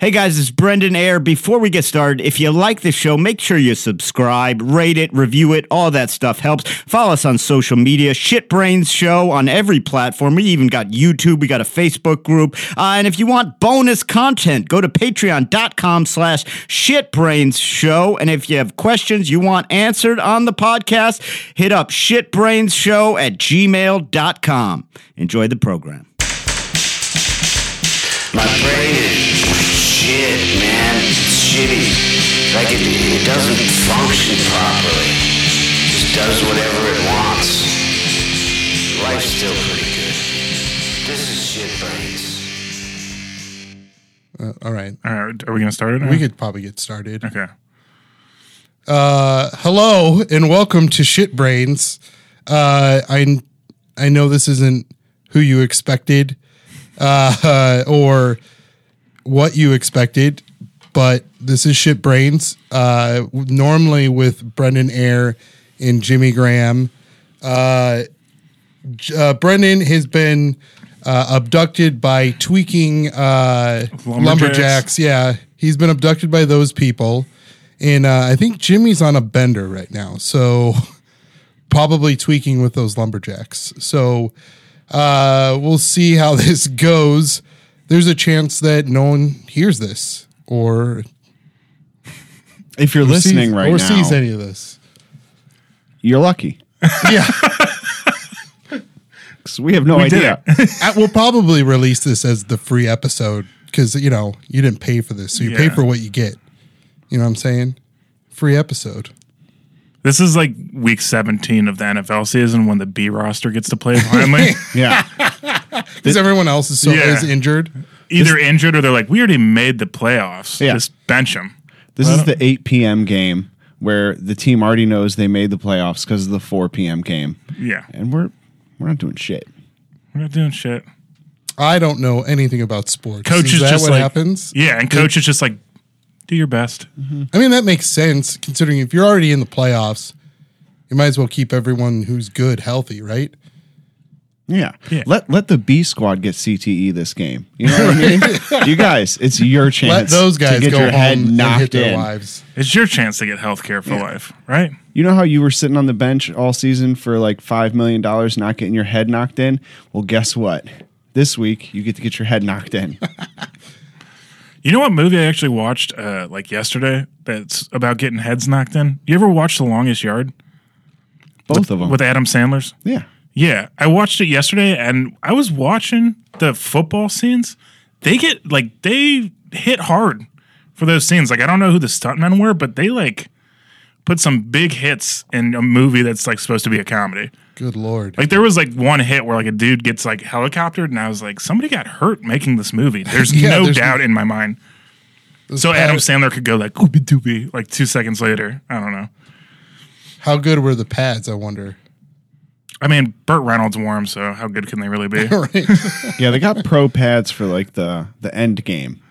Hey guys, it's Brendan Ayer. Before we get started, if you like the show, make sure you subscribe, rate it, review it, all that stuff helps. Follow us on social media, Shitbrains Show on every platform. We even got YouTube, we got a Facebook group. Uh, and if you want bonus content, go to patreon.com slash shitbrains show. And if you have questions you want answered on the podcast, hit up shitbrainshow at gmail.com. Enjoy the program. My brain is shit, man. It's shitty. Like it, it doesn't function properly. It just does whatever it wants. Life's still pretty good. This is shit brains. Uh, all right. All right, are we gonna start it? now? We could probably get started. Okay. Uh, hello and welcome to Shit Brains. Uh, I I know this isn't who you expected uh, or what you expected, but this is Shit Brains. Uh, normally with Brendan Air and Jimmy Graham. Uh, J- uh, Brendan has been uh, abducted by tweaking uh, Lumberjacks. lumberjacks. Yeah, he's been abducted by those people, and uh, I think Jimmy's on a bender right now. So probably tweaking with those lumberjacks. So uh, we'll see how this goes. There's a chance that no one hears this or If you're sees, or sees any of this. you're lucky. Yeah, Because we have no did idea. I, Uh, we'll probably release this as the free episode because you know you didn't pay for this, so you pay Yeah. for what you get. You know what I'm saying? Free episode. This is like week 17 of the NFL season when the B roster gets to play finally. yeah. Because everyone else is so Yeah. is injured. Either injured or they're like, we already made the playoffs. Yeah. Just bench them. This is the 8 p.m. game where the team already knows they made the playoffs because of the 4 p.m. game, Yeah. and we're we're not doing shit. We're not doing shit. I don't know anything about sports. Coach is, is that just what like, happens? Yeah, and coach is just like, do your best. I mean, that makes sense considering if you're already in the playoffs, you might as well keep everyone who's good healthy, right? Yeah. Yeah. Let let the B squad get CTE this game. You know what I mean? You guys, it's your Let chance. those guys to get go your home head and hit knocked their in. wives. It's your chance to get health care for life, right? You know how you were sitting on the bench all season for like five million dollars, not getting your head knocked in? Well, guess what? This week you get to get your head knocked in. You know what movie I actually watched uh, like yesterday that's about getting heads knocked in? You ever watch The Longest Yard Both of them. with Adam Sandler's? yeah. Yeah, I watched it yesterday, and I was watching the football scenes. They get like they hit hard for those scenes. Like I don't know who the stuntmen were, but they like put some big hits in a movie that's like supposed to be a comedy. Good lord. Like there was like one hit where like a dude gets like helicoptered, and I was like, somebody got hurt making this movie. There's Yeah, no there's- doubt in my mind. So Adam Sandler could go like "Ooby dooby" like two seconds later. I don't know. How good were the pads, I wonder? I mean, Burt Reynolds warm, so how good can they really be? right. Yeah, they got pro pads for like the the end game.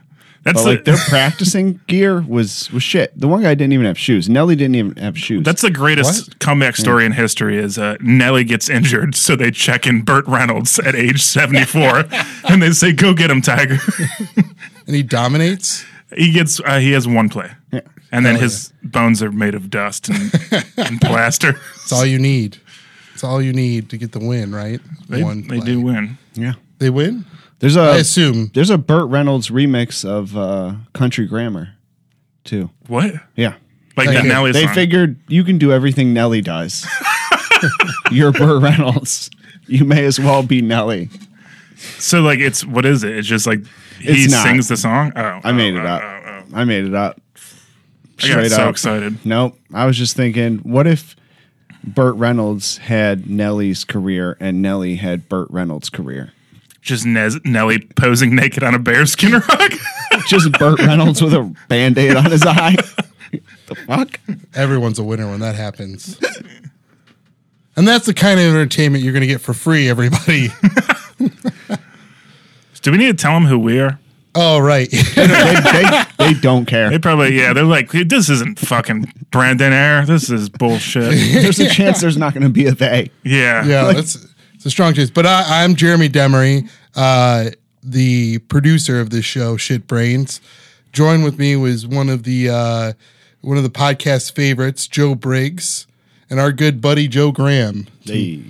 That's But like their practicing gear was was shit. The one guy didn't even have shoes. Nelly didn't even have shoes. That's the greatest comeback story in history is uh, Nelly gets injured, so they check in Burt Reynolds at age 74 and they say, go get him, Tiger. And he dominates. he gets, uh, he has one play. And then his bones are made of dust and, and plaster. It's all you need. It's all you need to get the win, right? They, they play. do win. yeah. They win? There's a I assume. there's a Burt Reynolds remix of uh, Country Grammar, too. What? Yeah. Like They- the Nelly they song. figured you can do everything Nelly does. You're Burt Reynolds. You may as well be Nelly. so like it's, what is it? It's just like he It's not. sings the song. Oh, I made it up. I made it up. I got so excited. Nope. I was just thinking, what if Burt Reynolds had Nelly's career and Nelly had Burt Reynolds' career? Just Nez- Nelly posing naked on a bearskin rug. just Burt Reynolds with a band aid on his eye. the fuck? Everyone's a winner when that happens. and that's the kind of entertainment you're going to get for free, everybody. do we need to tell him who we are? oh, right. they, they, they don't They care. probably yeah. They're like, this isn't fucking Brandon Air. This is bullshit. There's a chance there's not going to be a they. Yeah, yeah, that's it's a strong choice. But I, I'm Jeremy Demery, uh, the producer of this show, Shit Brains. joined with me was one of the uh, one of the podcast favorites, Joe Briggs, and our good buddy Joe Graham.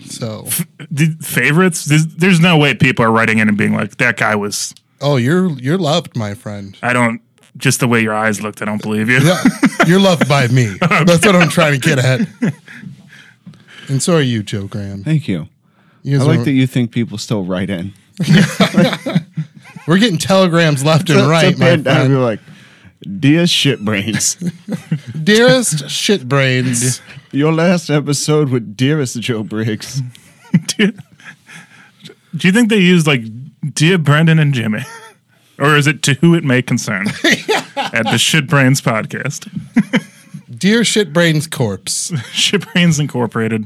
So, Did, favorites? There's, there's no way people are writing in and being like, that guy was. oh, you're you're loved, my friend. I don't. Just the way your eyes looked, I don't believe you. Yeah, you're loved by me. That's what I'm trying to get at. And so are you, Joe Graham. Thank you. You I guys like are- that you think people still write in. We're getting telegrams left and right, So my bad now, friend. You're like, dear shitbrains, Dearest shitbrains. your last episode with dearest Joe Briggs. do, you, do you think they used like dear Brendan and Jimmy? Or is it to who it may concern at the Shit Brains podcast? Dear shitbrains corpse. Shit Brains Incorporated.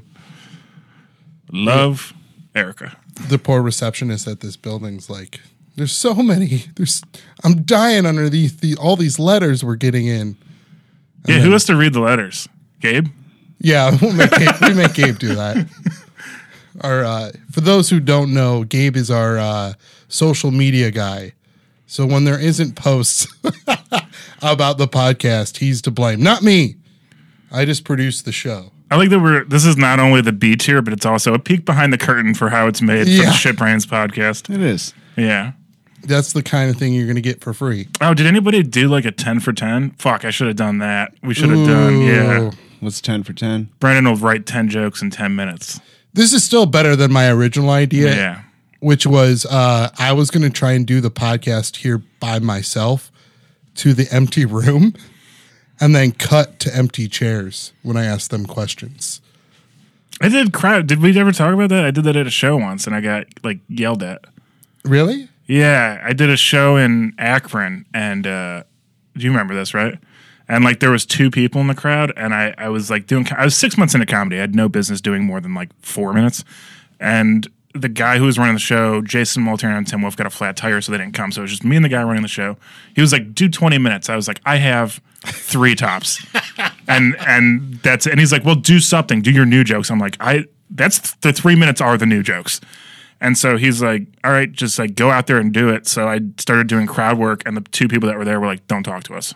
Love Erica. The poor receptionist at this building's like, there's so many. There's I'm dying under these the, all these letters we're getting in. Yeah, who has to read the letters? Gabe? Yeah, we'll make Gabe, we make Gabe do that. Our uh, for those who don't know, Gabe is our uh, social media guy. So when there isn't posts about the podcast, he's to blame, not me. I just produce the show. I like that we're this is not only the B tier, but it's also a peek behind the curtain for how it's made for Yeah. the Shit Brains podcast. It is. Yeah. That's the kind of thing you're going to get for free. Oh, did anybody do like a ten for ten? Fuck, I should have done that. We should have done. Yeah. Ooh. What's 10 for 10? Brendan will write ten jokes in ten minutes. This is still better than my original idea, Yeah. which was uh, I was going to try and do the podcast here by myself to the empty room and then cut to empty chairs when I asked them questions. I did crowd. Did we ever talk about that? I did that at a show once, and I got like yelled at. Really? Yeah, I did a show in Akron, and uh, do you remember this, right? And like there was two people in the crowd, and I I was like doing. co- I was six months into comedy. I had no business doing more than like four minutes, and. The guy who was running the show, Jason Molteran and Tim Wolf, got a flat tire, so they didn't come. So it was just me and the guy running the show. He was like, "Do twenty minutes." I was like, "I have three tops." and and that's and he's like, well, do something, do your new jokes. I'm like, I that's the three minutes are the new jokes. And so he's like, all right, just like go out there and do it. So I started doing crowd work, and the two people that were there were like, don't talk to us.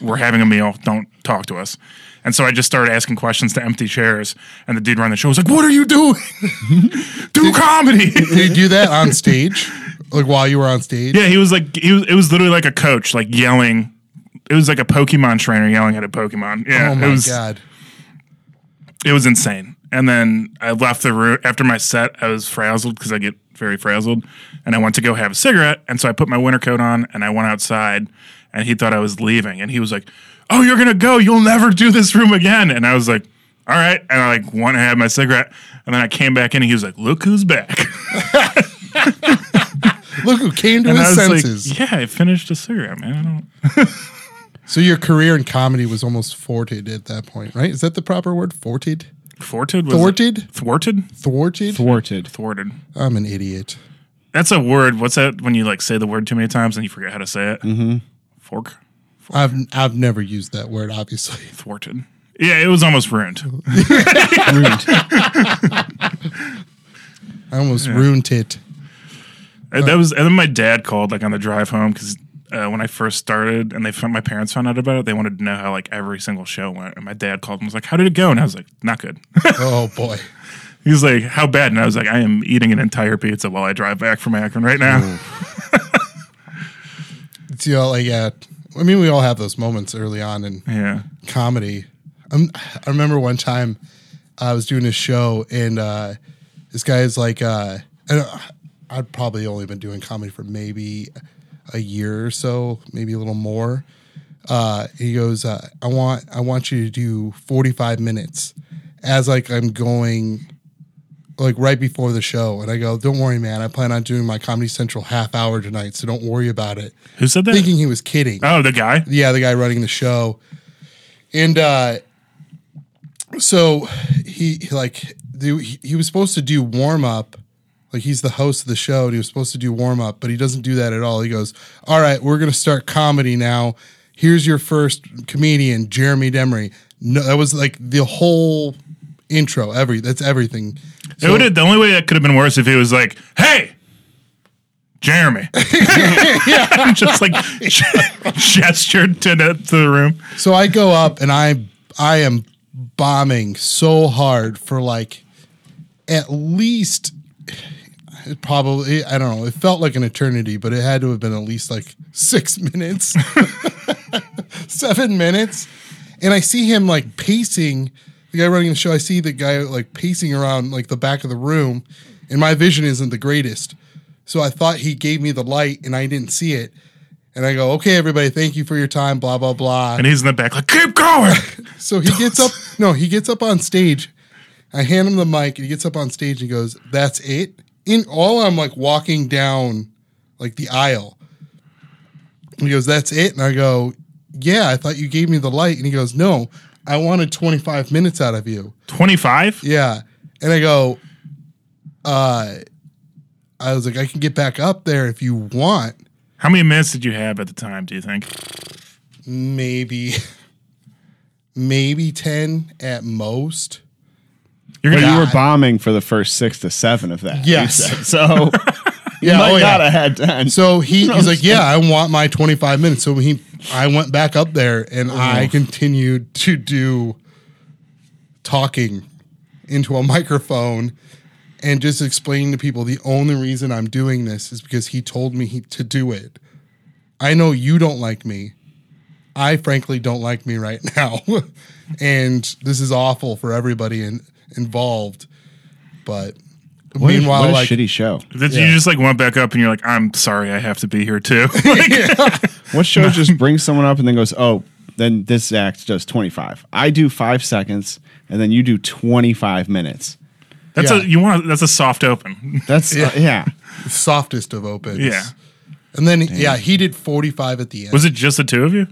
We're having a meal. Don't talk to us. And so I just started asking questions to empty chairs, and the dude running the show was like, "What are you doing? do comedy." Did you do that on stage? Like while you were on stage? yeah, he was like, he was, it was literally like a coach, like yelling. It was like a Pokemon trainer yelling at a Pokemon. Yeah, Oh it my was, god. it was insane. And then I left the room after my set. I was frazzled because I get very frazzled, and I went to go have a cigarette. And so I put my winter coat on and I went outside. And he thought I was leaving, and he was like, "Oh, you're gonna go? You'll never do this room again." And I was like, "All right." And I like went and had my cigarette, and then I came back in, and he was like, "Look who's back!" Look who came to And I his was senses. like, "Yeah, I finished a cigarette, man. I don't." So your career in comedy was almost thwarted at that point, right? Is that the proper word? Forted? Thwarted. Was Thwarted? Thwarted. Thwarted? Thwarted. Thwarted. I'm an idiot. That's a word. What's that when you like say the word too many times and you forget how to say it? Mm-hmm. Fork. I've I've never used that word, obviously. thwarted. Yeah, it was almost ruined. I almost ruined it. Uh, that was, and then my dad called like on the drive home because uh, when I first started, and they found, my parents found out about it. They wanted to know how like every single show went, and my dad called and was like, "How did it go?" And I was like, "Not good." Oh boy. he was like, "How bad?" And I was like, "I am eating an entire pizza while I drive back from Akron right now." It's you know, like yeah. I mean, we all have those moments early on in Yeah, comedy. Um, I remember one time I was doing a show and uh, this guy is like, uh, and I'd probably only been doing comedy for maybe a year or so, maybe a little more. Uh, he goes, uh, I want, I want you to do 45 minutes as like I'm going like right before the show. And I go, don't worry, man. I plan on doing my Comedy Central half hour tonight. So don't worry about it. who said that? Thinking he was kidding oh, the guy. yeah, the guy running the show. And uh so he he, like the, he, he was supposed to do warm up. Like he's the host of the show and he was supposed to do warm up, but he doesn't do that at all. He goes, "All right, we're going to start comedy now. Here's your first comedian, Jeremy Demery." No, that was like the whole intro, every that's everything. it would have. The only way that could have been worse if he was like, "Hey, Jeremy. Just like gestured to the, to the room. So I go up and I I am bombing so hard for like at least it probably I don't know. It felt like an eternity, but it had to have been at least like 6 minutes. 7 minutes. And I see him like pacing the guy running the show. I see the guy like pacing around like the back of the room and my vision isn't the greatest. So I thought he gave me the light and I didn't see it. And I go, okay, everybody, thank you for your time, blah, blah, blah. And he's in the back, like, keep going. So he gets up. No, he gets up on stage. I hand him the mic, and he gets up on stage and goes, "That's it." In all, I'm like walking down like the aisle. And He goes, "That's it," and I go, "Yeah, I thought you gave me the light." And he goes, "No, I wanted 25 minutes out of you." 25? Yeah, and I go, "Uh," I was like, "I can get back up there if you want, How many minutes did you have at the time, do you think? maybe, maybe 10 at most." You're But gonna, you were bombing for the first six to seven of that. you Yes. said. So you Yeah, might oh, yeah. not have had ten. So he, he's like, yeah, I want my 25 minutes. So he, I went back up there and I continued to do talking into a microphone and just explaining to people the only reason I'm doing this is because he told me he, to do it. I know you don't like me. I frankly don't like me right now. and this is awful for everybody in, involved. But What a- meanwhile, what a like, shitty show. Did Yeah. you just like went back up and you're like, I'm sorry, I have to be here too. Like, What show just brings someone up and then goes, oh, then this act does 25. I do five seconds and then you do 25 minutes. that's Yeah. a you want that's a soft open. That's, yeah. yeah. softest of opens. Yeah. And then yeah, he did 45 at the end. Was it just the two of you?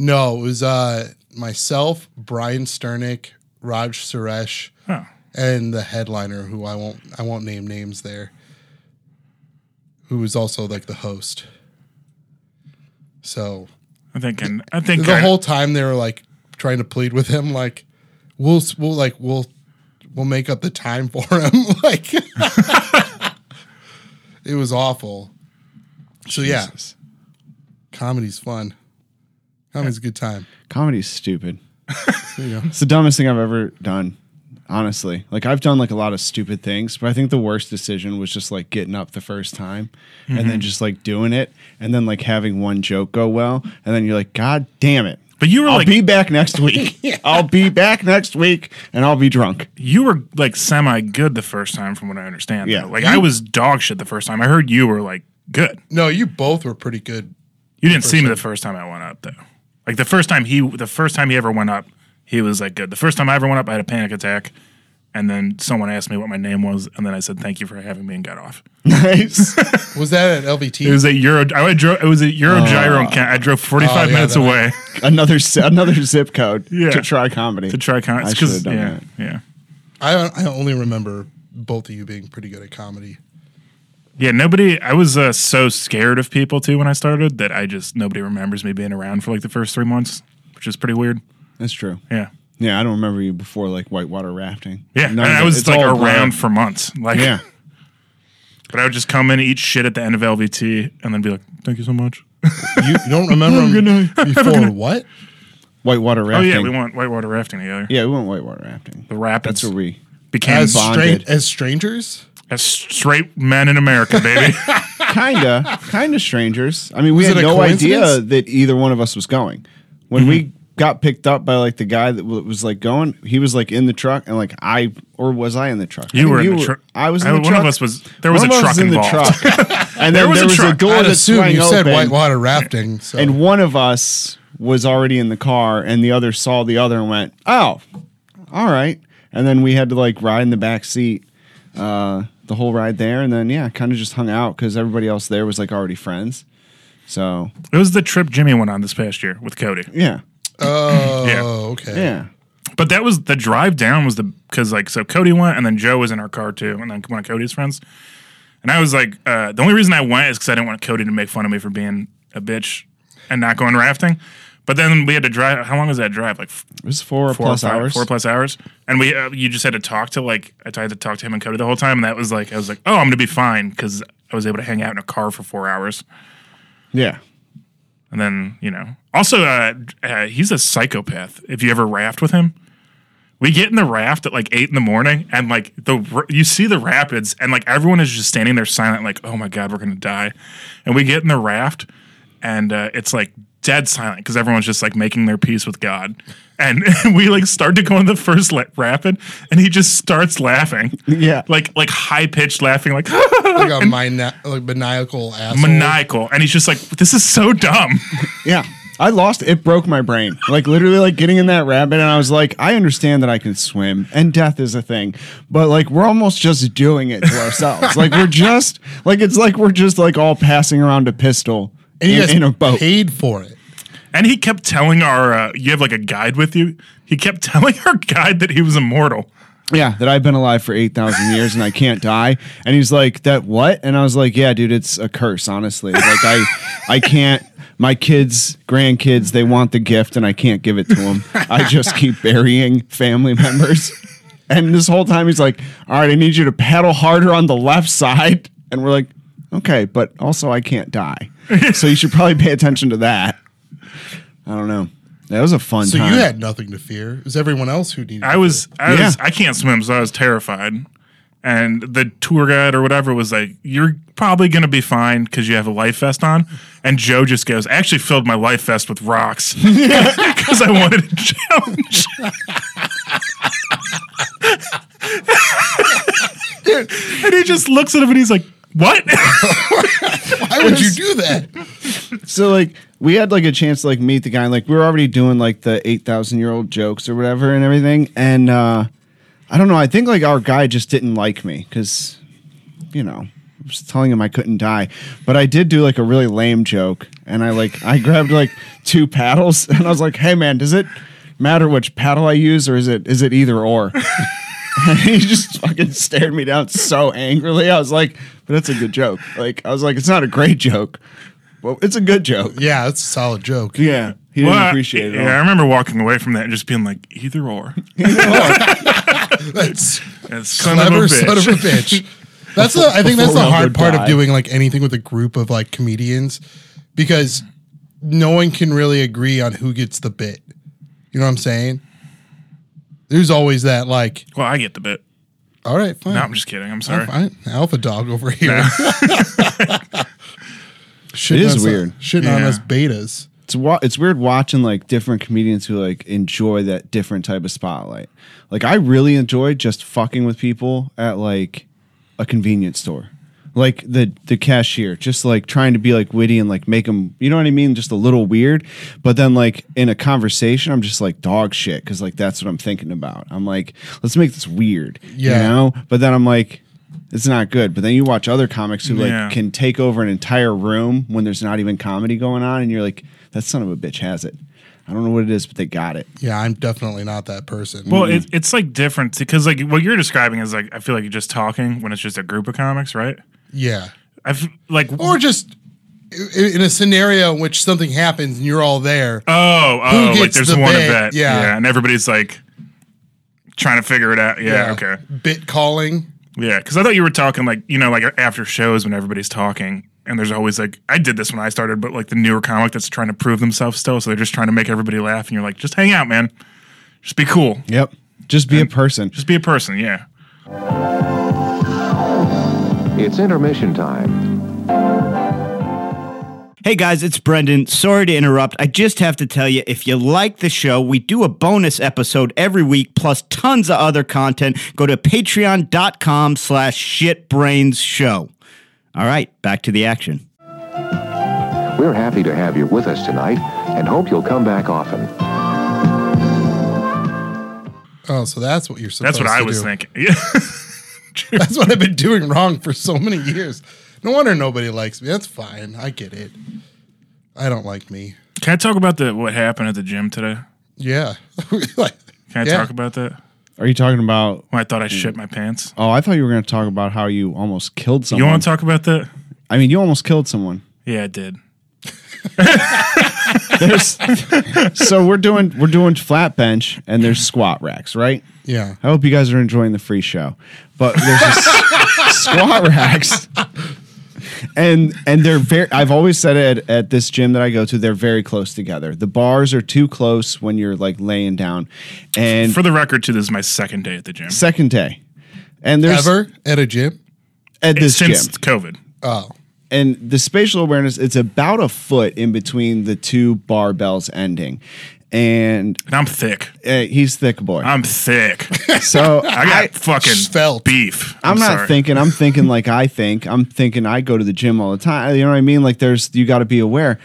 No, it was uh myself, Brian Sternick, Raj Suresh, Oh. and the headliner who I won't I won't name names there. Who was also like the host. So I think and I think the I- whole time they were like trying to plead with him like we'll we'll like we'll we'll make up the time for him like it was awful so yeah Jesus. comedy's fun comedy's a good time Comedy's stupid. there you go It's the dumbest thing I've ever done, honestly. Like I've done like a lot of stupid things, but I think the worst decision was just like getting up the first time and Mm-hmm. then just like doing it and then like having one joke go well and then you're like, God damn it. but you were I'll like be back next week. I'll be back next week and I'll be drunk. you were like semi good the first time from what I understand. Yeah. though. Like I was dog shit the first time. I heard you were like good. no you both were pretty good You didn't see me the first time I went up though. Like the first time he the first time he ever went up, he was like good. The first time I ever went up, I had a panic attack. And then someone asked me what my name was, and then I said, "Thank you for having me," and got off. Nice. was that at It lvt was a Euro. I drove. It was a Oh. Euro gyro. in Ca- I drove forty five Oh, yeah, minutes that- away another s- another zip code Yeah. to try comedy. to try con- it's I should 'cause- have done yeah, that. yeah, I, I only remember both of you being pretty good at comedy yeah. Nobody. I was uh, so scared of people too when I started that I just nobody remembers me being around for like the first three months, which is pretty weird. That's true. Yeah, Yeah, I don't remember you before like whitewater rafting. yeah. None and of I it. was It's like all around blurred. for months. Like, Yeah. But I would just come in, eat shit at the end of LVT, and then be like, "Thank you so much." you, you don't remember them before what Whitewater Oh rafting. yeah, we went whitewater rafting together. Yeah, we went whitewater rafting. The rapids That's where we became as, bonded. stra- as strangers as straight men in America, baby. kinda kinda strangers. I mean, we Was it had a no idea coincidence? that either one of us was going. When Mm-hmm. we got picked up by like the guy that w- was like going, he was like in the truck, and like I or was I in the truck? I You think were in the truck. I was in I- the one truck. of us was- there was One a of us truck involved. in the truck, and then there was, was a a, truck. door i'd that assume swung you said open. whitewater rafting so and one of us was already in the car and the other saw the other and went oh all right and then we had to like ride in the back seat uh, the whole ride there and then yeah kind of just hung out because everybody else there was like already friends so it was the trip Jimmy went on this past year with Cody. yeah oh Yeah. okay yeah But that was the drive down was the because like so Cody went and then Joe was in our car too and then one of Cody's friends, and I was like uh, the only reason I went is because I didn't want Cody to make fun of me for being a bitch and not going rafting. But then we had to drive. How long was that drive? Like f- it was four, four plus or five, hours Four plus hours. And we uh, you just had to talk to like I had to talk to him and Cody the whole time, and that was like I was like oh I'm gonna be fine because I was able to hang out in a car for four hours. Yeah. And then, you know, also, uh, uh, he's a psychopath. If you ever raft with him, we get in the raft at like eight in the morning, and like the r- you see the rapids, and like everyone is just standing there silent, like, oh my god, we're gonna die. And we get in the raft, and uh, it's like dead silent because everyone's just like making their peace with God. And we like start to go on the first la- rapid, and he just starts laughing, Yeah. like like high pitched laughing, like Like a mina- like maniacal asshole. maniacal. And he's just like, this is so dumb. Yeah. I lost it broke my brain. Like literally like getting in that rabbit and I was like, I understand that I can swim and death is a thing, but like we're almost just doing it to ourselves. like we're just like it's like we're just like all passing around a pistol and you in, guys in a boat. paid for it. And he kept telling our, uh, you have like a guide with you. He kept telling our guide that he was immortal. Yeah, that I've been alive for 8,000 years and I can't die. And he's like, "That what?" And I was like, "Yeah, dude, it's a curse, honestly. Like I I can't my kids, grandkids, they want the gift and I can't give it to them. I just keep burying family members." And this whole time he's like, "All right, I need you to paddle harder on the left side." And we're like, "Okay, but also I can't die. So you should probably pay attention to that." I don't know. That was a fun So time. you had nothing to fear. It was everyone else who needed. I to was, I was, Yeah. I can't swim, so I was terrified. And the tour guide or whatever was like, "You're probably gonna be fine because you have a life vest on." And Joe just goes, "I actually filled my life vest with rocks because I wanted a challenge." and he just looks at him and he's like, "What?" fear. Why would you do that? So like we had like a chance to like meet the guy. and, Like we were already doing like the eight thousand year old jokes or whatever and everything. And uh I don't know. I think like our guy just didn't like me because you know I was telling him I couldn't die. But I did do like a really lame joke, and I like I grabbed like two paddles and I was like, "Hey man, does it matter which paddle I use or is it is it either or?" And he just fucking stared me down so angrily. I was like, "But that's a good joke." Like I was like, "It's not a great joke." Well, it's a good joke. Yeah, that's a solid joke. Yeah, he didn't Well, I- appreciate it. Yeah, I remember walking away from that and just being like, either or. That's And son of a clever, bitch. son of a bitch. That's the. I think that's the Before hard Wilbur part of died. doing like anything with a group of like comedians, because no one can really agree on who gets the bit. You know what I'm saying? There's always that like, well, I get the bit. all right, fine, No, I'm just kidding. I'm sorry. fine. alpha dog over here. shitting It is us- weird. Shitting on Yeah. us betas. It's wa- it's weird watching like different comedians who like enjoy that different type of spotlight. Like I really enjoy just fucking with people at like a convenience store. Like the the cashier, just like trying to be like witty and like make them, you know what I mean, just a little weird. But then like in a conversation, I'm just like dog shit because like that's what I'm thinking about. I'm like, let's make this weird, Yeah. you know. But then I'm like, it's not good. But then you watch other comics who like Yeah. can and take over an entire room when there's not even comedy going on, and you're like, that son of a bitch has it. I don't know what it is, but they got it. Yeah, I'm definitely not that person. Well, it, it's like different because like what you're describing is like I feel like you're just talking when it's just a group of comics, right? yeah. I've like Or just i- in a scenario in which something happens and you're all there. oh oh like gets there's the one bit? event, Yeah. and everybody's like trying to figure it out. Yeah, okay, Bit calling. yeah. Because I thought you were talking like you know like after shows when everybody's talking. And there's always like I did this when I started, but like the newer comic that's trying to prove themselves still, so they're just trying to make everybody laugh, and you're like, just hang out, man, just be cool, Yep. Just be a person. just be a person, yeah. It's intermission time. Hey guys, it's Brendan. Sorry to interrupt. I just have to tell you if you like the show, we do a bonus episode every week plus tons of other content. Go to patreon.com slash shitbrains show. All right, back to the action. We're happy to have you with us tonight and hope you'll come back often. Oh, so that's what you're supposed That's to what I was do. thinking. Yeah. That's what I've been doing wrong for so many years. No wonder nobody likes me. That's fine. I get it. I don't like me. Can I talk about the what happened at the gym today? Yeah. Like, Can I Yeah. talk about that? Are you talking about? When I thought I shit my pants. Oh, I thought you were going to talk about how you almost killed someone. You want to talk about that? I mean, you almost killed someone. Yeah, I did. There's, so we're doing we're doing flat bench and there's squat racks, right? yeah. I hope you guys are enjoying the free show, but there's just squat racks. and and they're very. I've always said it at, at this gym that I go to. They're very close together. The bars are too close when you're like laying down. And For the record, too, this is my second day at the gym second day, and there's Ever at a gym? at this since gym COVID. Oh, and the spatial awareness. It's about a foot in between the two barbells ending, and And I'm thick. uh, he's thick boy. I'm thick. so I got fucking svelte. beef. I'm, not sorry. thinking. I'm thinking like I think. I'm thinking I go to the gym all the time. You know what I mean? Like there's you got to be aware.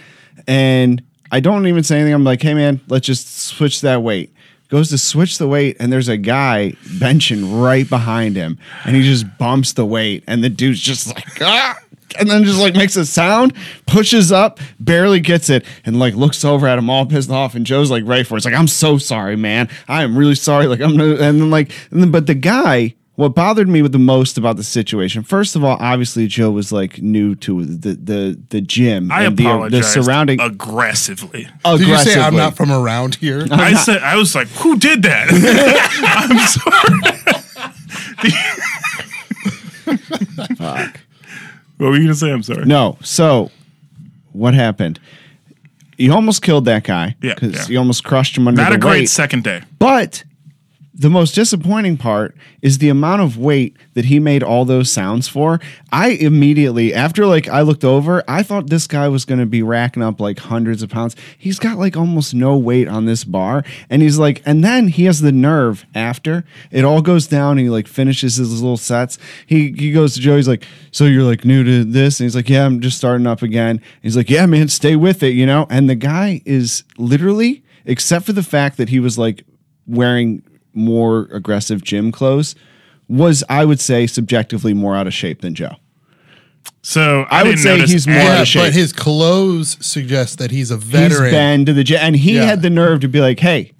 And I don't even say anything. I'm like, hey man, let's just switch that weight. Goes to switch the weight, and there's a guy benching right behind him, and he just bumps the weight, and the dude's just like, ah. And then just like makes a sound, pushes up, barely gets it, and like looks over at him all pissed off. And Joe's like right for it. It's like, I'm so sorry, man. I am really sorry. Like I'm gonna, and then like and then, but the guy what bothered me with the most about the situation, first of all, obviously Joe was like new to the the the gym I and the- apologize. the surrounding aggressively. did you say I'm aggressively. not from around here? I said I was like, who did that? I'm sorry. What were you gonna say? I'm sorry. No. So what happened? You almost killed that guy. Yeah, Because yeah. you almost crushed him under Not the a great weight. second day. But the most disappointing part is the amount of weight that he made all those sounds for. I immediately, after like I looked over, I thought this guy was going to be racking up like hundreds of pounds. He's got like almost no weight on this bar. And he's like, and then he has the nerve after it all goes down. He like finishes his little sets. He, he goes to Joe. He's like, so you're like new to this? And he's like, yeah, I'm just starting up again. He's like, yeah, man, stay with it, you know? And the guy is literally, except for the fact that he was like, wearing more aggressive gym clothes was I would say subjectively more out of shape than Joe. So I, would didn't say notice he's more any- out Yeah, of shape. but his clothes suggest that he's a He's veteran. been to the gym and he Yeah. had the nerve to be like, "Hey,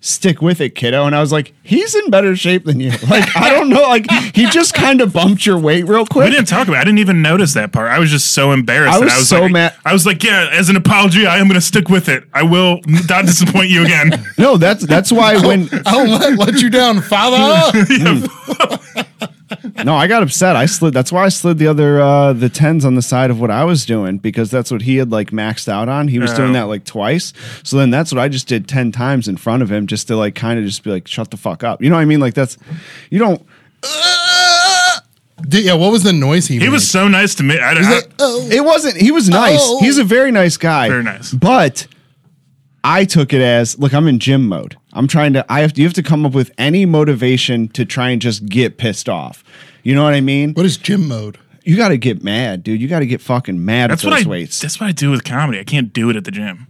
stick with it, kiddo." And I was like, "He's in better shape than you." Like, I don't know, like he just kind of bumped your weight real We quick. didn't talk about. it. I didn't even notice that part. I was just so embarrassed. I that was so like, mad- I was like, yeah. As an apology, I am going to stick with it. I will not disappoint you again. No, that's that's why when I'll let, let you down, father. No, I got upset. I slid. That's why I slid the other uh, the tens on the side of what I was doing because that's what he had like maxed out on. He was doing Oh. that like twice. So then that's what I just did ten times in front of him, just to like kind of just be like, shut the fuck up. You know what I mean? Like that's you don't. Did- yeah, what was the noise he, He made? was so nice to me. I, He's I, like, oh, It wasn't. He was nice. Oh. He's a very nice guy. Very nice. But I took it as look. I'm in gym mode. I'm trying to. I have to. You have to come up with any motivation to try and just get pissed off. You know what I mean? what is gym mode? You got to get mad, dude. You got to get fucking mad that's at what those I. weights. That's what I do with comedy. I can't do it at the gym.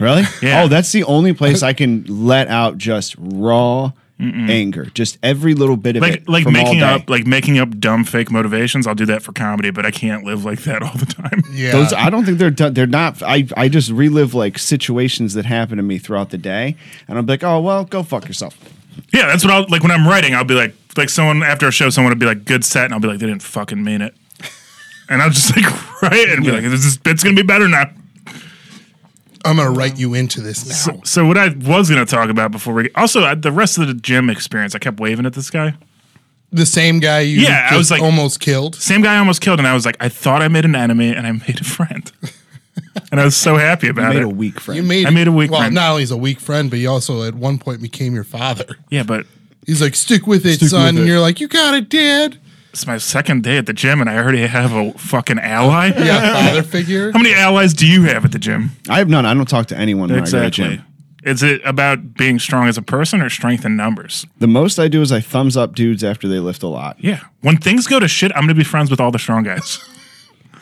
Really? Yeah. Oh, that's the only place I can let out just raw anger, just every little bit of Like it. like from all making day. up like making up dumb fake motivations. I'll do that for comedy, but I can't live like that all the time. Yeah, Those I don't think they're done. They're not. I I just relive like situations that happen to me throughout the day, and I'm like, oh well, go fuck yourself. Yeah, that's what I'll like when I'm writing. I'll be like, like someone after a show, someone will be like, "Good set," and I'll be like, "They didn't fucking mean it," and I'll just like write it and be like, "This is it's gonna be better now." I'm gonna write you into this now. So, so what I was gonna talk about before we also I, the rest of the gym experience, I kept waving at this guy. the same guy you Yeah, I just was like- almost killed. Same guy I almost killed, and I was like, I thought I made an enemy, and I made a friend, and I was so happy about Made it. a weak friend. You made I made a weak well, friend. not only is a weak friend, but he also at one point became your father. yeah, but He's like, stick with it, son. with and it. you're like, you got it, dad. it's my second day at the gym, and I already have a fucking ally. Yeah, father figure. How many allies do you have at the gym? I have none. I don't talk to anyone when I go to the Exactly. gym. Is it about being strong as a person or strength in numbers? The most I do is I thumbs up dudes after they lift a lot. Yeah. When things go to shit, I'm going to be friends with all the strong guys.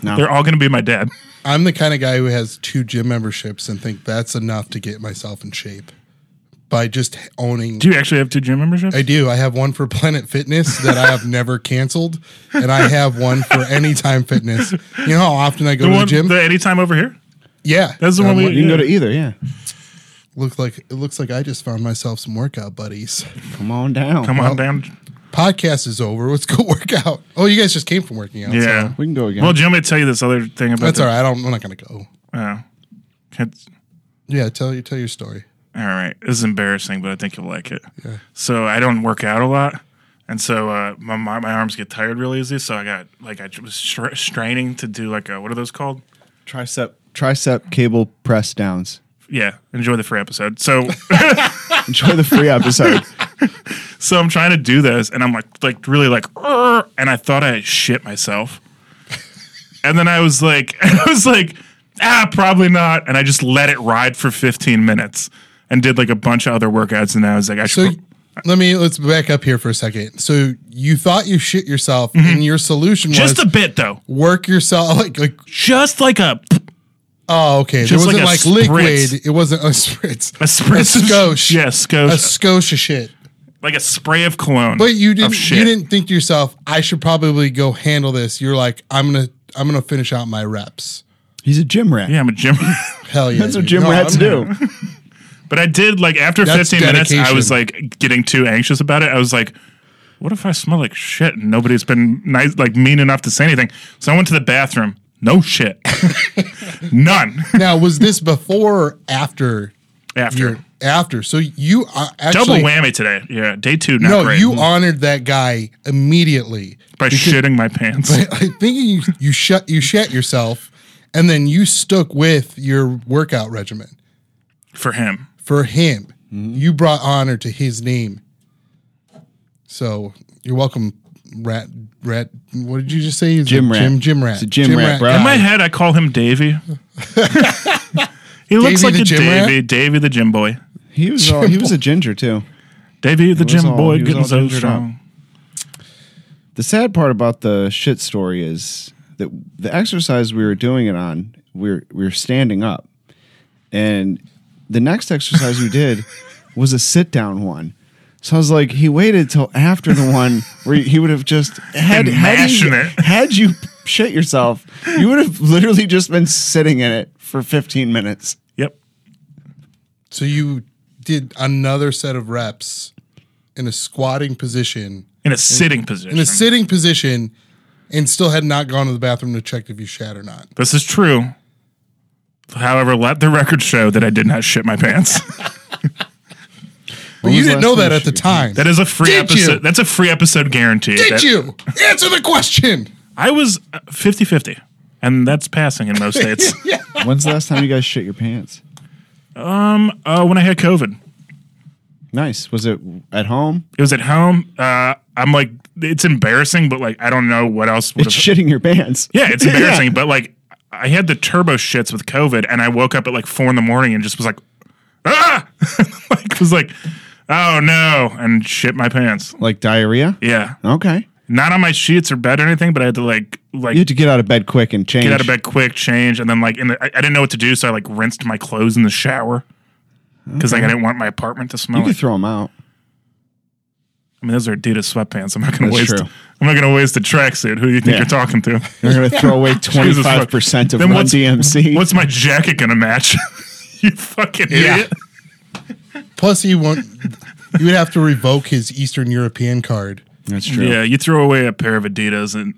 No. They're all going to be my dad. I'm the kind of guy who has two gym memberships and think that's enough to get myself in shape by just owning. Do you actually have two gym memberships? I do. I have one for Planet Fitness that I have never canceled, and I have one for Anytime Fitness. You know how often I go the to one, the gym? the anytime over here? yeah, That's the one Um, we You can go to either. Yeah. Look like it looks like I just found myself some workout buddies. Come on down. Come on down. Podcast is over. Let's go work out. Oh, you guys just came from working out. so- Yeah. We can go again. Well, Jim, I tell you this other thing about that's the- all right. I don't. I'm not gonna go. Oh. It's- Yeah, tell you tell your story. all right. This is embarrassing, but I think you'll like it. So I don't work out a lot. and so uh, my, my my arms get tired real easy. So I got like I was str- straining to do like a, what are those called? Tricep tricep cable press downs. Yeah, enjoy the free episode. So Enjoy the free episode. so I'm trying to do this, and I'm like like really like, "Arr," and I thought I shit myself, and then I was like I was like ah probably not, and I just let it ride for 15 minutes and did like a bunch of other workouts, and I was like I So should. pro- let me let's back up here for a second. So you thought you shit yourself, and your solution Mm-hmm. just was a bit though, work yourself like like just like a oh okay. There Just wasn't like, like a spritz. liquid. It wasn't a spritz. a spritz, A skosh. yeah, A skosh, skosh of shit. like a spray of cologne. But you of didn't shit. you didn't think to yourself, I should probably go handle this. You're like, I'm gonna I'm gonna finish out my reps. He's a gym rat. Yeah, I'm a gym. Hell yeah. That's what dude. gym No, rats I'm- do. But I did like after That's 15 minutes, I dedication. was like getting too anxious about it. I was like, what if I smell like shit and nobody's been nice, like mean enough to say anything? So I went to the bathroom. No shit. None. Now was this before or after After. your after? So you uh, actually Double whammy today. Yeah. Day two. Not No, great. you honored that guy immediately. By shitting my pants. I think you you shut you shat yourself, and then you stuck with your workout regimen for him. for him. Mm-hmm. You brought honor to his name. So you're welcome, rat rat. What did you just say? He's a Gym rat. Gym gym rat. He's a gym rat, bro. guy. In my head, I call him Davy. he Davey looks like the a gym rat? Davy. Davy the gym boy. He was all, he was a ginger too. Davy the was gym all- boy he was getting all so gingered up. strong. The sad part about the shit story is that the exercise we were doing it on, we were, we were standing up. And the next exercise we did was a sit down one. So I was like, he waited till after the one where he would have just had Been had, he- mashing it. had you shit yourself, you would have literally just been sitting in it for 15 minutes. Yep. So you did another set of reps in a squatting position, In a sitting position. in a sitting position, and still had not gone to the bathroom to check if you shat or not. This is true. However, let the record show that I did not shit my pants. But you was didn't last know time that you at the shit time. That is a free Did you? episode. That's a free episode guarantee. did That- you answer the question? I was 50 50, and that's passing in most states. When's the last time you guys shit your pants? uh, when I had COVID, Nice. Was it at home? it was at home. Uh, I'm like, it's embarrassing, but like, I don't know what else would It's have. shitting your pants. yeah, it's embarrassing, but like, I had the turbo shits with COVID, and I woke up at like four in the morning and just was like, ah! like, was like, oh no, and shit my pants. Like diarrhea? Yeah. Okay. Not on my sheets or bed or anything, but I had to like, like, You had to get out of bed quick and change. get out of bed quick, change, and then like in the I, I didn't know what to do, so I like rinsed my clothes in the shower because like I didn't want my apartment to smell. You could Like, throw them out. I mean, those are Adidas sweatpants. I'm not gonna That's waste. true. I'm not gonna waste a tracksuit. Who do you think Yeah. you're talking to? You're going to throw away 25% of Then Run what's- DMC. What's my jacket gonna match? you fucking idiot. Plus, he won't. You would have to revoke his Eastern European card. That's Yeah. true. you throw away a pair of Adidas, and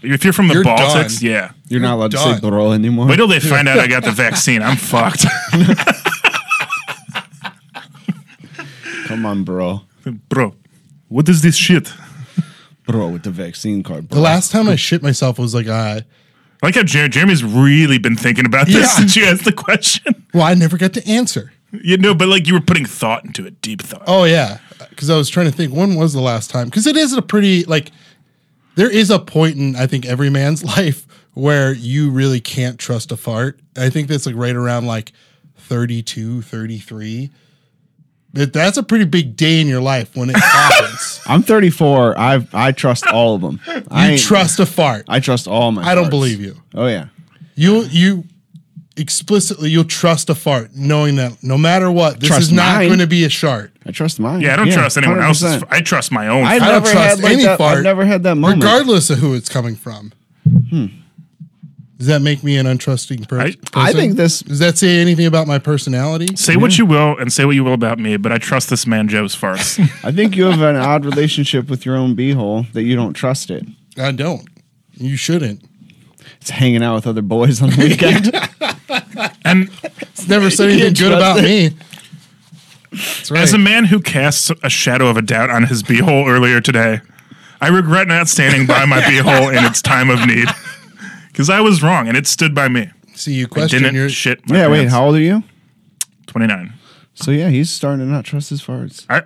if you're from the You're Baltics, done. yeah. You're not allowed to done. say bro anymore. Wait till they find out I got the vaccine. I'm fucked. Come on, bro. Bro, what is this shit? Bro with the vaccine card. The Bro. last time I shit myself was like, uh, I like how Jer- Jeremy's really been thinking about this Yeah. since you asked the question. well, I never got to answer. You know, but like you were putting thought into it, deep thought. Oh yeah, because I was trying to think when was the last time? Because it is a pretty like there is a point in I think every man's life where you really can't trust a fart. I think that's like right around like 32, 33. But that's a pretty big day in your life when it happens. I'm 34. I I trust all of them. I you trust a fart. I trust all my I don't farts. believe you. Oh, yeah. you you explicitly you'll trust a fart knowing that no matter what this Trust is not mine. going to be a shark I trust mine. yeah, I don't trust anyone 100%. else's. I trust my own. I don't never trust had like any that, fart, I've never had that moment. Hmm. regardless of who it's coming from does that make me an untrusting per- I- person I think this- does that say anything about my personality say what you will and say what you will about me, but I trust this man Joe's farts. I think you have an odd relationship with your own beehole that you don't trust it. i don't you shouldn't It's hanging out with other boys on the weekend. and it's never said anything can't good trust about me as a man who casts a shadow of a doubt on his beehole earlier today, I regret not standing by my beehole in its time of need because I was wrong and it stood by me. See, you I question didn't your shit. My Yeah, wait, pants. how old are you? 29. So yeah, he's starting to not trust his farts. I,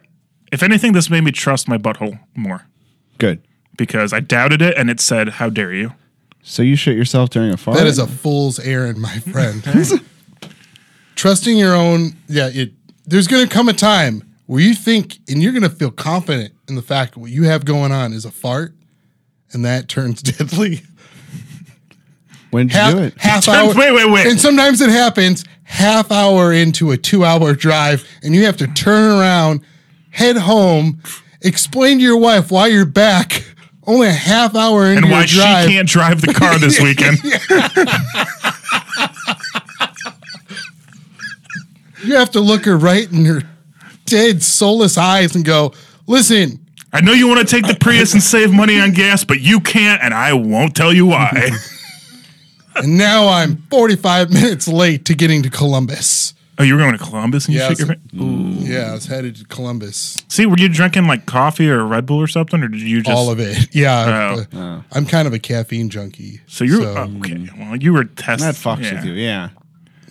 if anything, this made me trust my butthole more Good. because I doubted it and it said, How dare you? So you shit yourself during a fart? That is a fool's errand, my friend. Trusting your own, yeah. It, there's going to come a time where you think, and you're going to feel confident in the fact that what you have going on is a fart, and that turns deadly. when did you Half, do it? half Turns- hour. wait, wait, wait. And sometimes it happens half hour into a two hour drive, and you have to turn around, head home, explain to your wife why you're back only a half hour into And your why she drive. can't drive the car this weekend. You have to look her right in her dead, soulless eyes and go, listen, I know you want to take the Prius and save money on gas, but you can't, and I won't tell you why. and now I'm 45 minutes late to getting to Columbus. oh, you were going to Columbus and you Yeah, shit your it's- pants? Yeah, I was headed to Columbus. See, were you drinking like coffee or Red Bull or something, or did you just All of it. Yeah. Oh. uh, I'm kind of a caffeine junkie. So you're okay. mm. Well, you were testing. That fucks with you, yeah.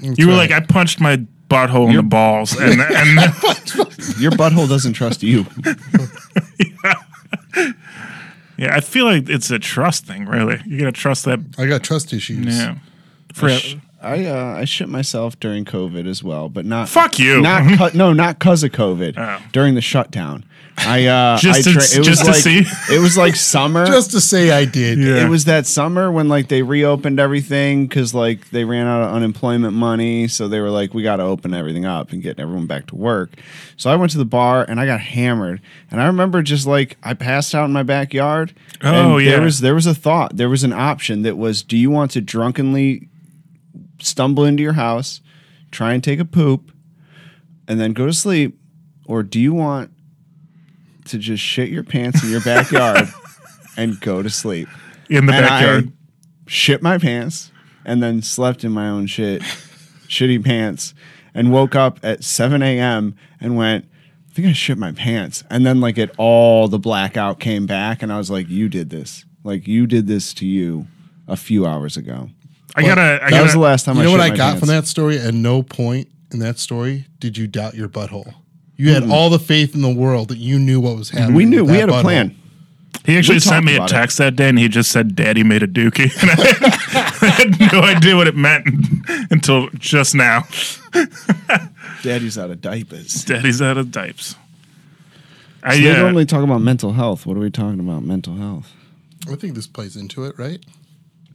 You were like, I punched my butthole in the balls, and and Your butthole doesn't trust you. yeah, I feel like it's a trust thing. Really, you gotta trust that. I got trust issues. Yeah. For, I uh, I shit myself during COVID as well, but not Fuck you. Not cu- no, not because of COVID. During the shutdown, I uh, Just I to- it was just to like, see? It was like summer. Just to say I did. Yeah. It was that summer when like they reopened everything because like they ran out of unemployment money, so they were like, we got to open everything up and get everyone back to work. So I went to the bar and I got hammered, and I remember just like I passed out in my backyard. Oh, and yeah. There was there was a thought, there was an option that was, do you want to drunkenly stumble into your house, try and take a poop, and then go to sleep, or do you want to just shit your pants in your backyard? And go to sleep in the and backyard. I shit my pants and then slept in my own shit, shitty pants, and woke up at 7 a.m. and went, I think I shit my pants. And then, like, it all the blackout came back, and I was like, You did this. Like, you did this to you a few hours ago. I, gotta. I That gotta. was the last time You I know shit what I my got pants. from that story? At no point in that story did you doubt your butthole. You had all the faith in the world that you knew what was happening. We knew with we Mm, that had a butthole. plan. He we actually sent talked me a about it. text that day, and he just said, "Daddy made a dookie," and I, I had no idea what it meant until just now. Daddy's out of diapers. Daddy's out of diapers. I uh, We yeah. normally talk about mental health. What are we talking about? Mental health. I think this plays into it, right?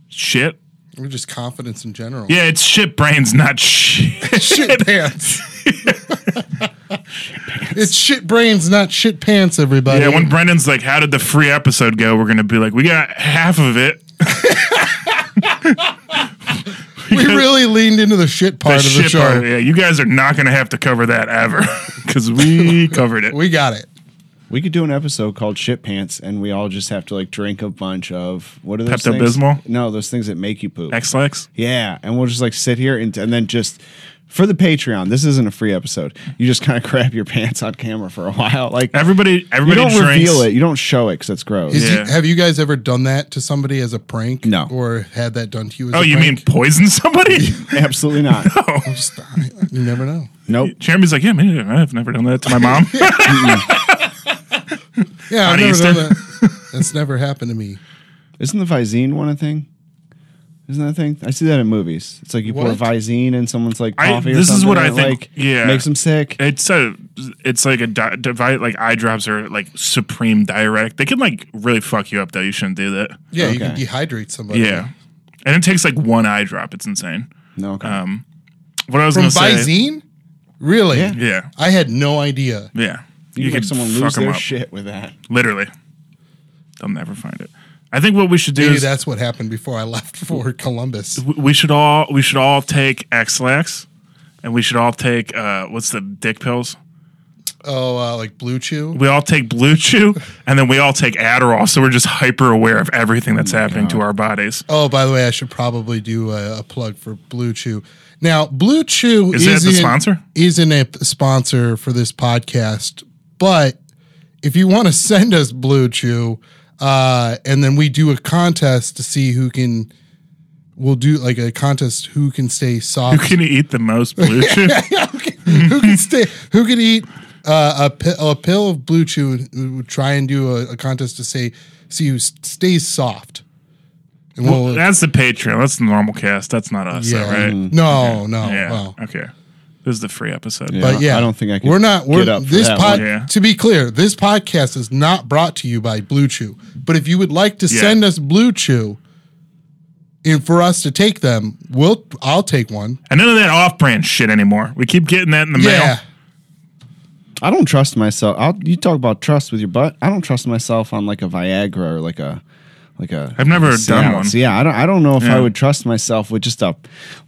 shit. We're just confidence in general. Yeah, it's shit brains, not shit. shit pants. It's shit brains, not shit pants, everybody. yeah, when Brendan's like, "How did the free episode go?" We're gonna be like, "We got half of it." we really leaned into the shit part That of the shit show. part. Yeah, you guys are not gonna have to cover that ever because we covered it. We got it. We could do an episode called Shit Pants, and we all just have to like drink a bunch of what are those things? Pepto-Bismol? No, those things that make you poop. X-Lex. yeah, and we'll just like sit here and, and then just for the Patreon. This isn't a free episode. You just kind of crap your pants on camera for a while. Like Everybody, you everybody don't drinks. reveal it, you don't show it because it's gross. Is Yeah. you, have you guys ever done that to somebody as a prank? No. Or had that done to you as Oh, a you mean prank? poison somebody? Absolutely not. oh, You never know. Nope. Jeremy's like, yeah, maybe I've never done that to my mom. Yeah, On I've never Easter? done that. That's never happened to me. Isn't the Visine one a thing? Isn't that a thing? I see that in movies. It's like you What? pour Visine in someone's like I- coffee. or this is something, what I and it, think- Like, yeah. makes them sick. it's a, it's like a di- devi- like eye drops are like supreme direct. They can like really fuck you up though. You shouldn't do that. Yeah, you can Okay. dehydrate somebody. Yeah, and it takes like one eye drop. It's insane. No. Uh, Okay. What I was From gonna say. Visine? Really? Yeah. Yeah, I had no idea. yeah. you, can make someone lose 'em their shit with that. Literally, they'll never find it. I think what we should do Maybe is that's what happened before I left for Columbus. w- we should all we should all take Xlax, and we should all take uh what's the dick pills. Oh, uh, like Blue Chew? we all take blue chew and then we all take Adderall. So we're just hyper aware of everything that's happening to our bodies. Oh, by the way, I should probably do a, a plug for Blue Chew. Now, Blue Chew Is that the isn't- sponsor? Isn't a p- sponsor for this podcast, but if you want to send us Blue Chew, Uh, and then we do a contest to see who can. We'll do like a contest who can stay Who soft, can eat the most blue chew? who can stay, who can eat uh, a pill, a pill of blue chew. and We would try and do a, a contest to say see who s- stays soft. And we'll, That's the Patreon. That's the normal cast. That's not us, though, right? Mm. mm-hmm. No, no. Yeah. Well, Okay. This is the free episode. Oh, Yeah. but yeah, I don't think I can We're not. We're get up for this that pod. one. Yeah. To be clear, this podcast is not brought to you by Blue Chew. But if you would like to Yeah. send us Blue Chew, and for us to take them, we'll. I'll take one. And none of that off-brand shit anymore. We keep getting that in the mail. Yeah. I don't trust myself. I'll, you talk about trust with your butt. I don't trust myself on like a Viagra or like a like a. I've never a done one. seance. Yeah, I don't. I don't know if Yeah. I would trust myself with just a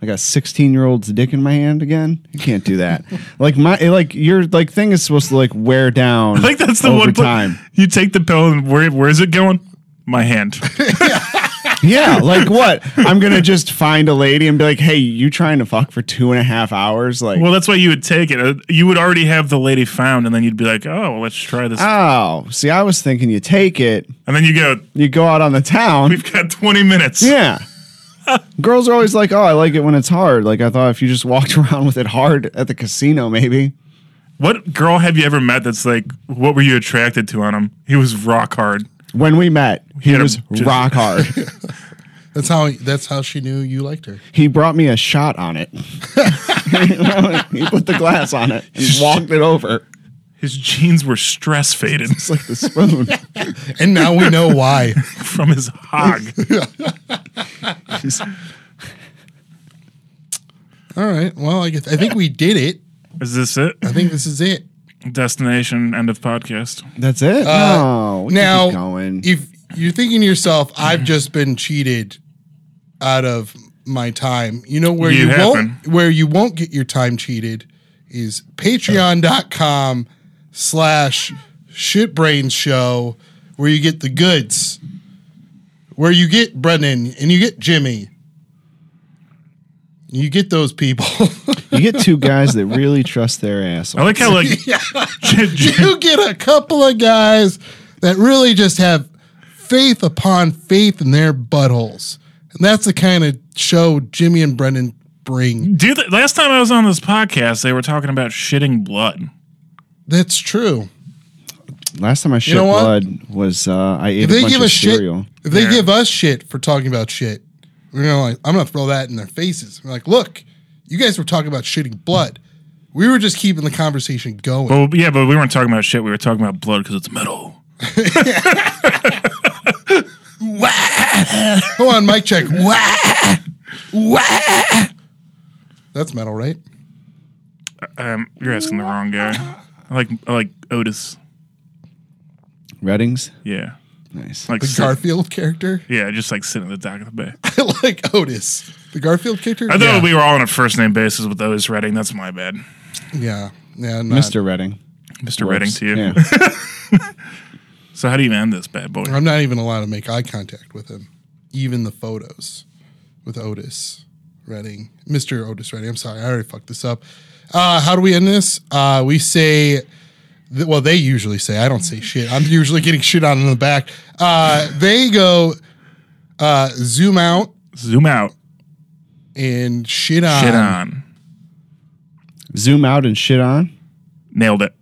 like a sixteen year old's dick in my hand again. You can't do that. like my like your like thing is supposed to like wear down. Like that's the over one pla- time. You take the pill and where where is it going? My hand. Yeah, like what? I'm gonna just find a lady and be like, "Hey, you trying to fuck for two and a half hours?" Like, well, that's why you would take it. Uh, You would already have the lady found, and then you'd be like, "Oh, well, let's try this." oh, see, I was thinking you take it, and then you go, you go out on the town. "We've got 20 minutes." Yeah. Girls are always like, oh, I like it when it's hard. Like, I thought if you just walked around with it hard at the casino, maybe. What girl have you ever met that's like, "What were you attracted to on him? He was rock hard." When we met, he had a- was rock hard. That's how. That's how she knew you liked her. he brought me a shot on it. he put the glass on it and walked it over. His jeans were stress faded It's like the spoon. And now we know why. from his hog. All right. Well, I guess I think we did it. Is this it? I think this is it. Destination end of podcast. That's it. no, we can now, keep going. if you're thinking to yourself, I've just been cheated out of my time, you know where You you, haven't. won't where you won't get your time cheated is patreon.com slash shitbrains show where you get the goods. Where you get Brennan and you get Jimmy. You get those people. you get two guys that really trust their asshole. I like how like J- J- you get a couple of guys that really just have faith upon faith in their buttholes. And that's the kind of show Jimmy and Brendan bring. do the, last time I was on this podcast, they were talking about shitting blood. That's true. Last time I shit know what? blood was uh, I ate If a they bunch give of us shit, cereal. if they Yeah. give us shit for talking about shit, we're gonna like, I'm gonna throw that in their faces. We're like, look, you guys were talking about shitting blood. We were just keeping the conversation going. Oh. Well, Oh, yeah, but we weren't talking about shit. We were talking about blood because it's metal. Hold on, mic check. Wah! Wah! That's metal, right? Um, you're asking the wrong guy. I like I like Otis. Reddings. Yeah, Nice. like The sit- Garfield character. yeah, just like sitting at the dock of the bay. I like Otis, the Garfield character. I thought yeah. we were all on a first name basis with Otis Redding. That's my bad, yeah, yeah, not- Mr. Redding. Mr. Redding to you. Yeah. So how do you end this bad boy? I'm not even allowed to make eye contact with him, even the photos with Otis Redding, Mr. Otis Redding. I'm sorry, I already fucked this up. Uh, how do we end this? Uh, we say, th- well, they usually say, I don't say shit. I'm usually getting shit on in the back. Uh, they go uh, zoom out Zoom out, and shit on. shit on, Zoom out and shit on. nailed it.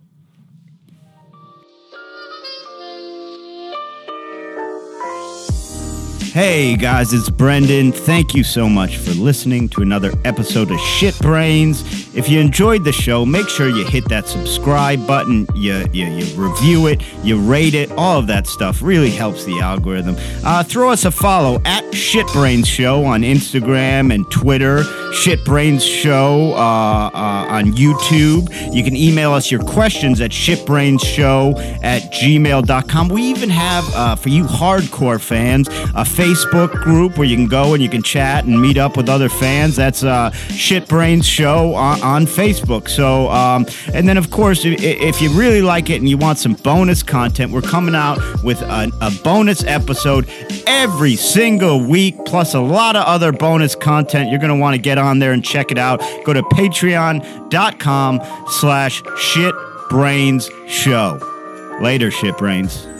Hey guys, it's Brendan. Thank you so much for listening to another episode of Shit Brains. If you enjoyed the show, make sure you hit that subscribe button, you, you, you review it, you rate it, all of that stuff really helps the algorithm. Uh, throw us a follow at Shitbrains Show on Instagram and Twitter, Shitbrains Show uh, uh, on YouTube. You can email us your questions at shitbrainshow at gmail.com. We even have, uh, for you hardcore fans, a Facebook group where you can go and you can chat and meet up with other fans. That's uh, Shit Brains Show on, on Facebook. So, um, and then of course, i- i- if you really like it and you want some bonus content, we're coming out with a, a bonus episode every single week, plus a lot of other bonus content. You're going to want to get on there and check it out. Go to patreon.com slash shitbrainshow. Later, shitbrains.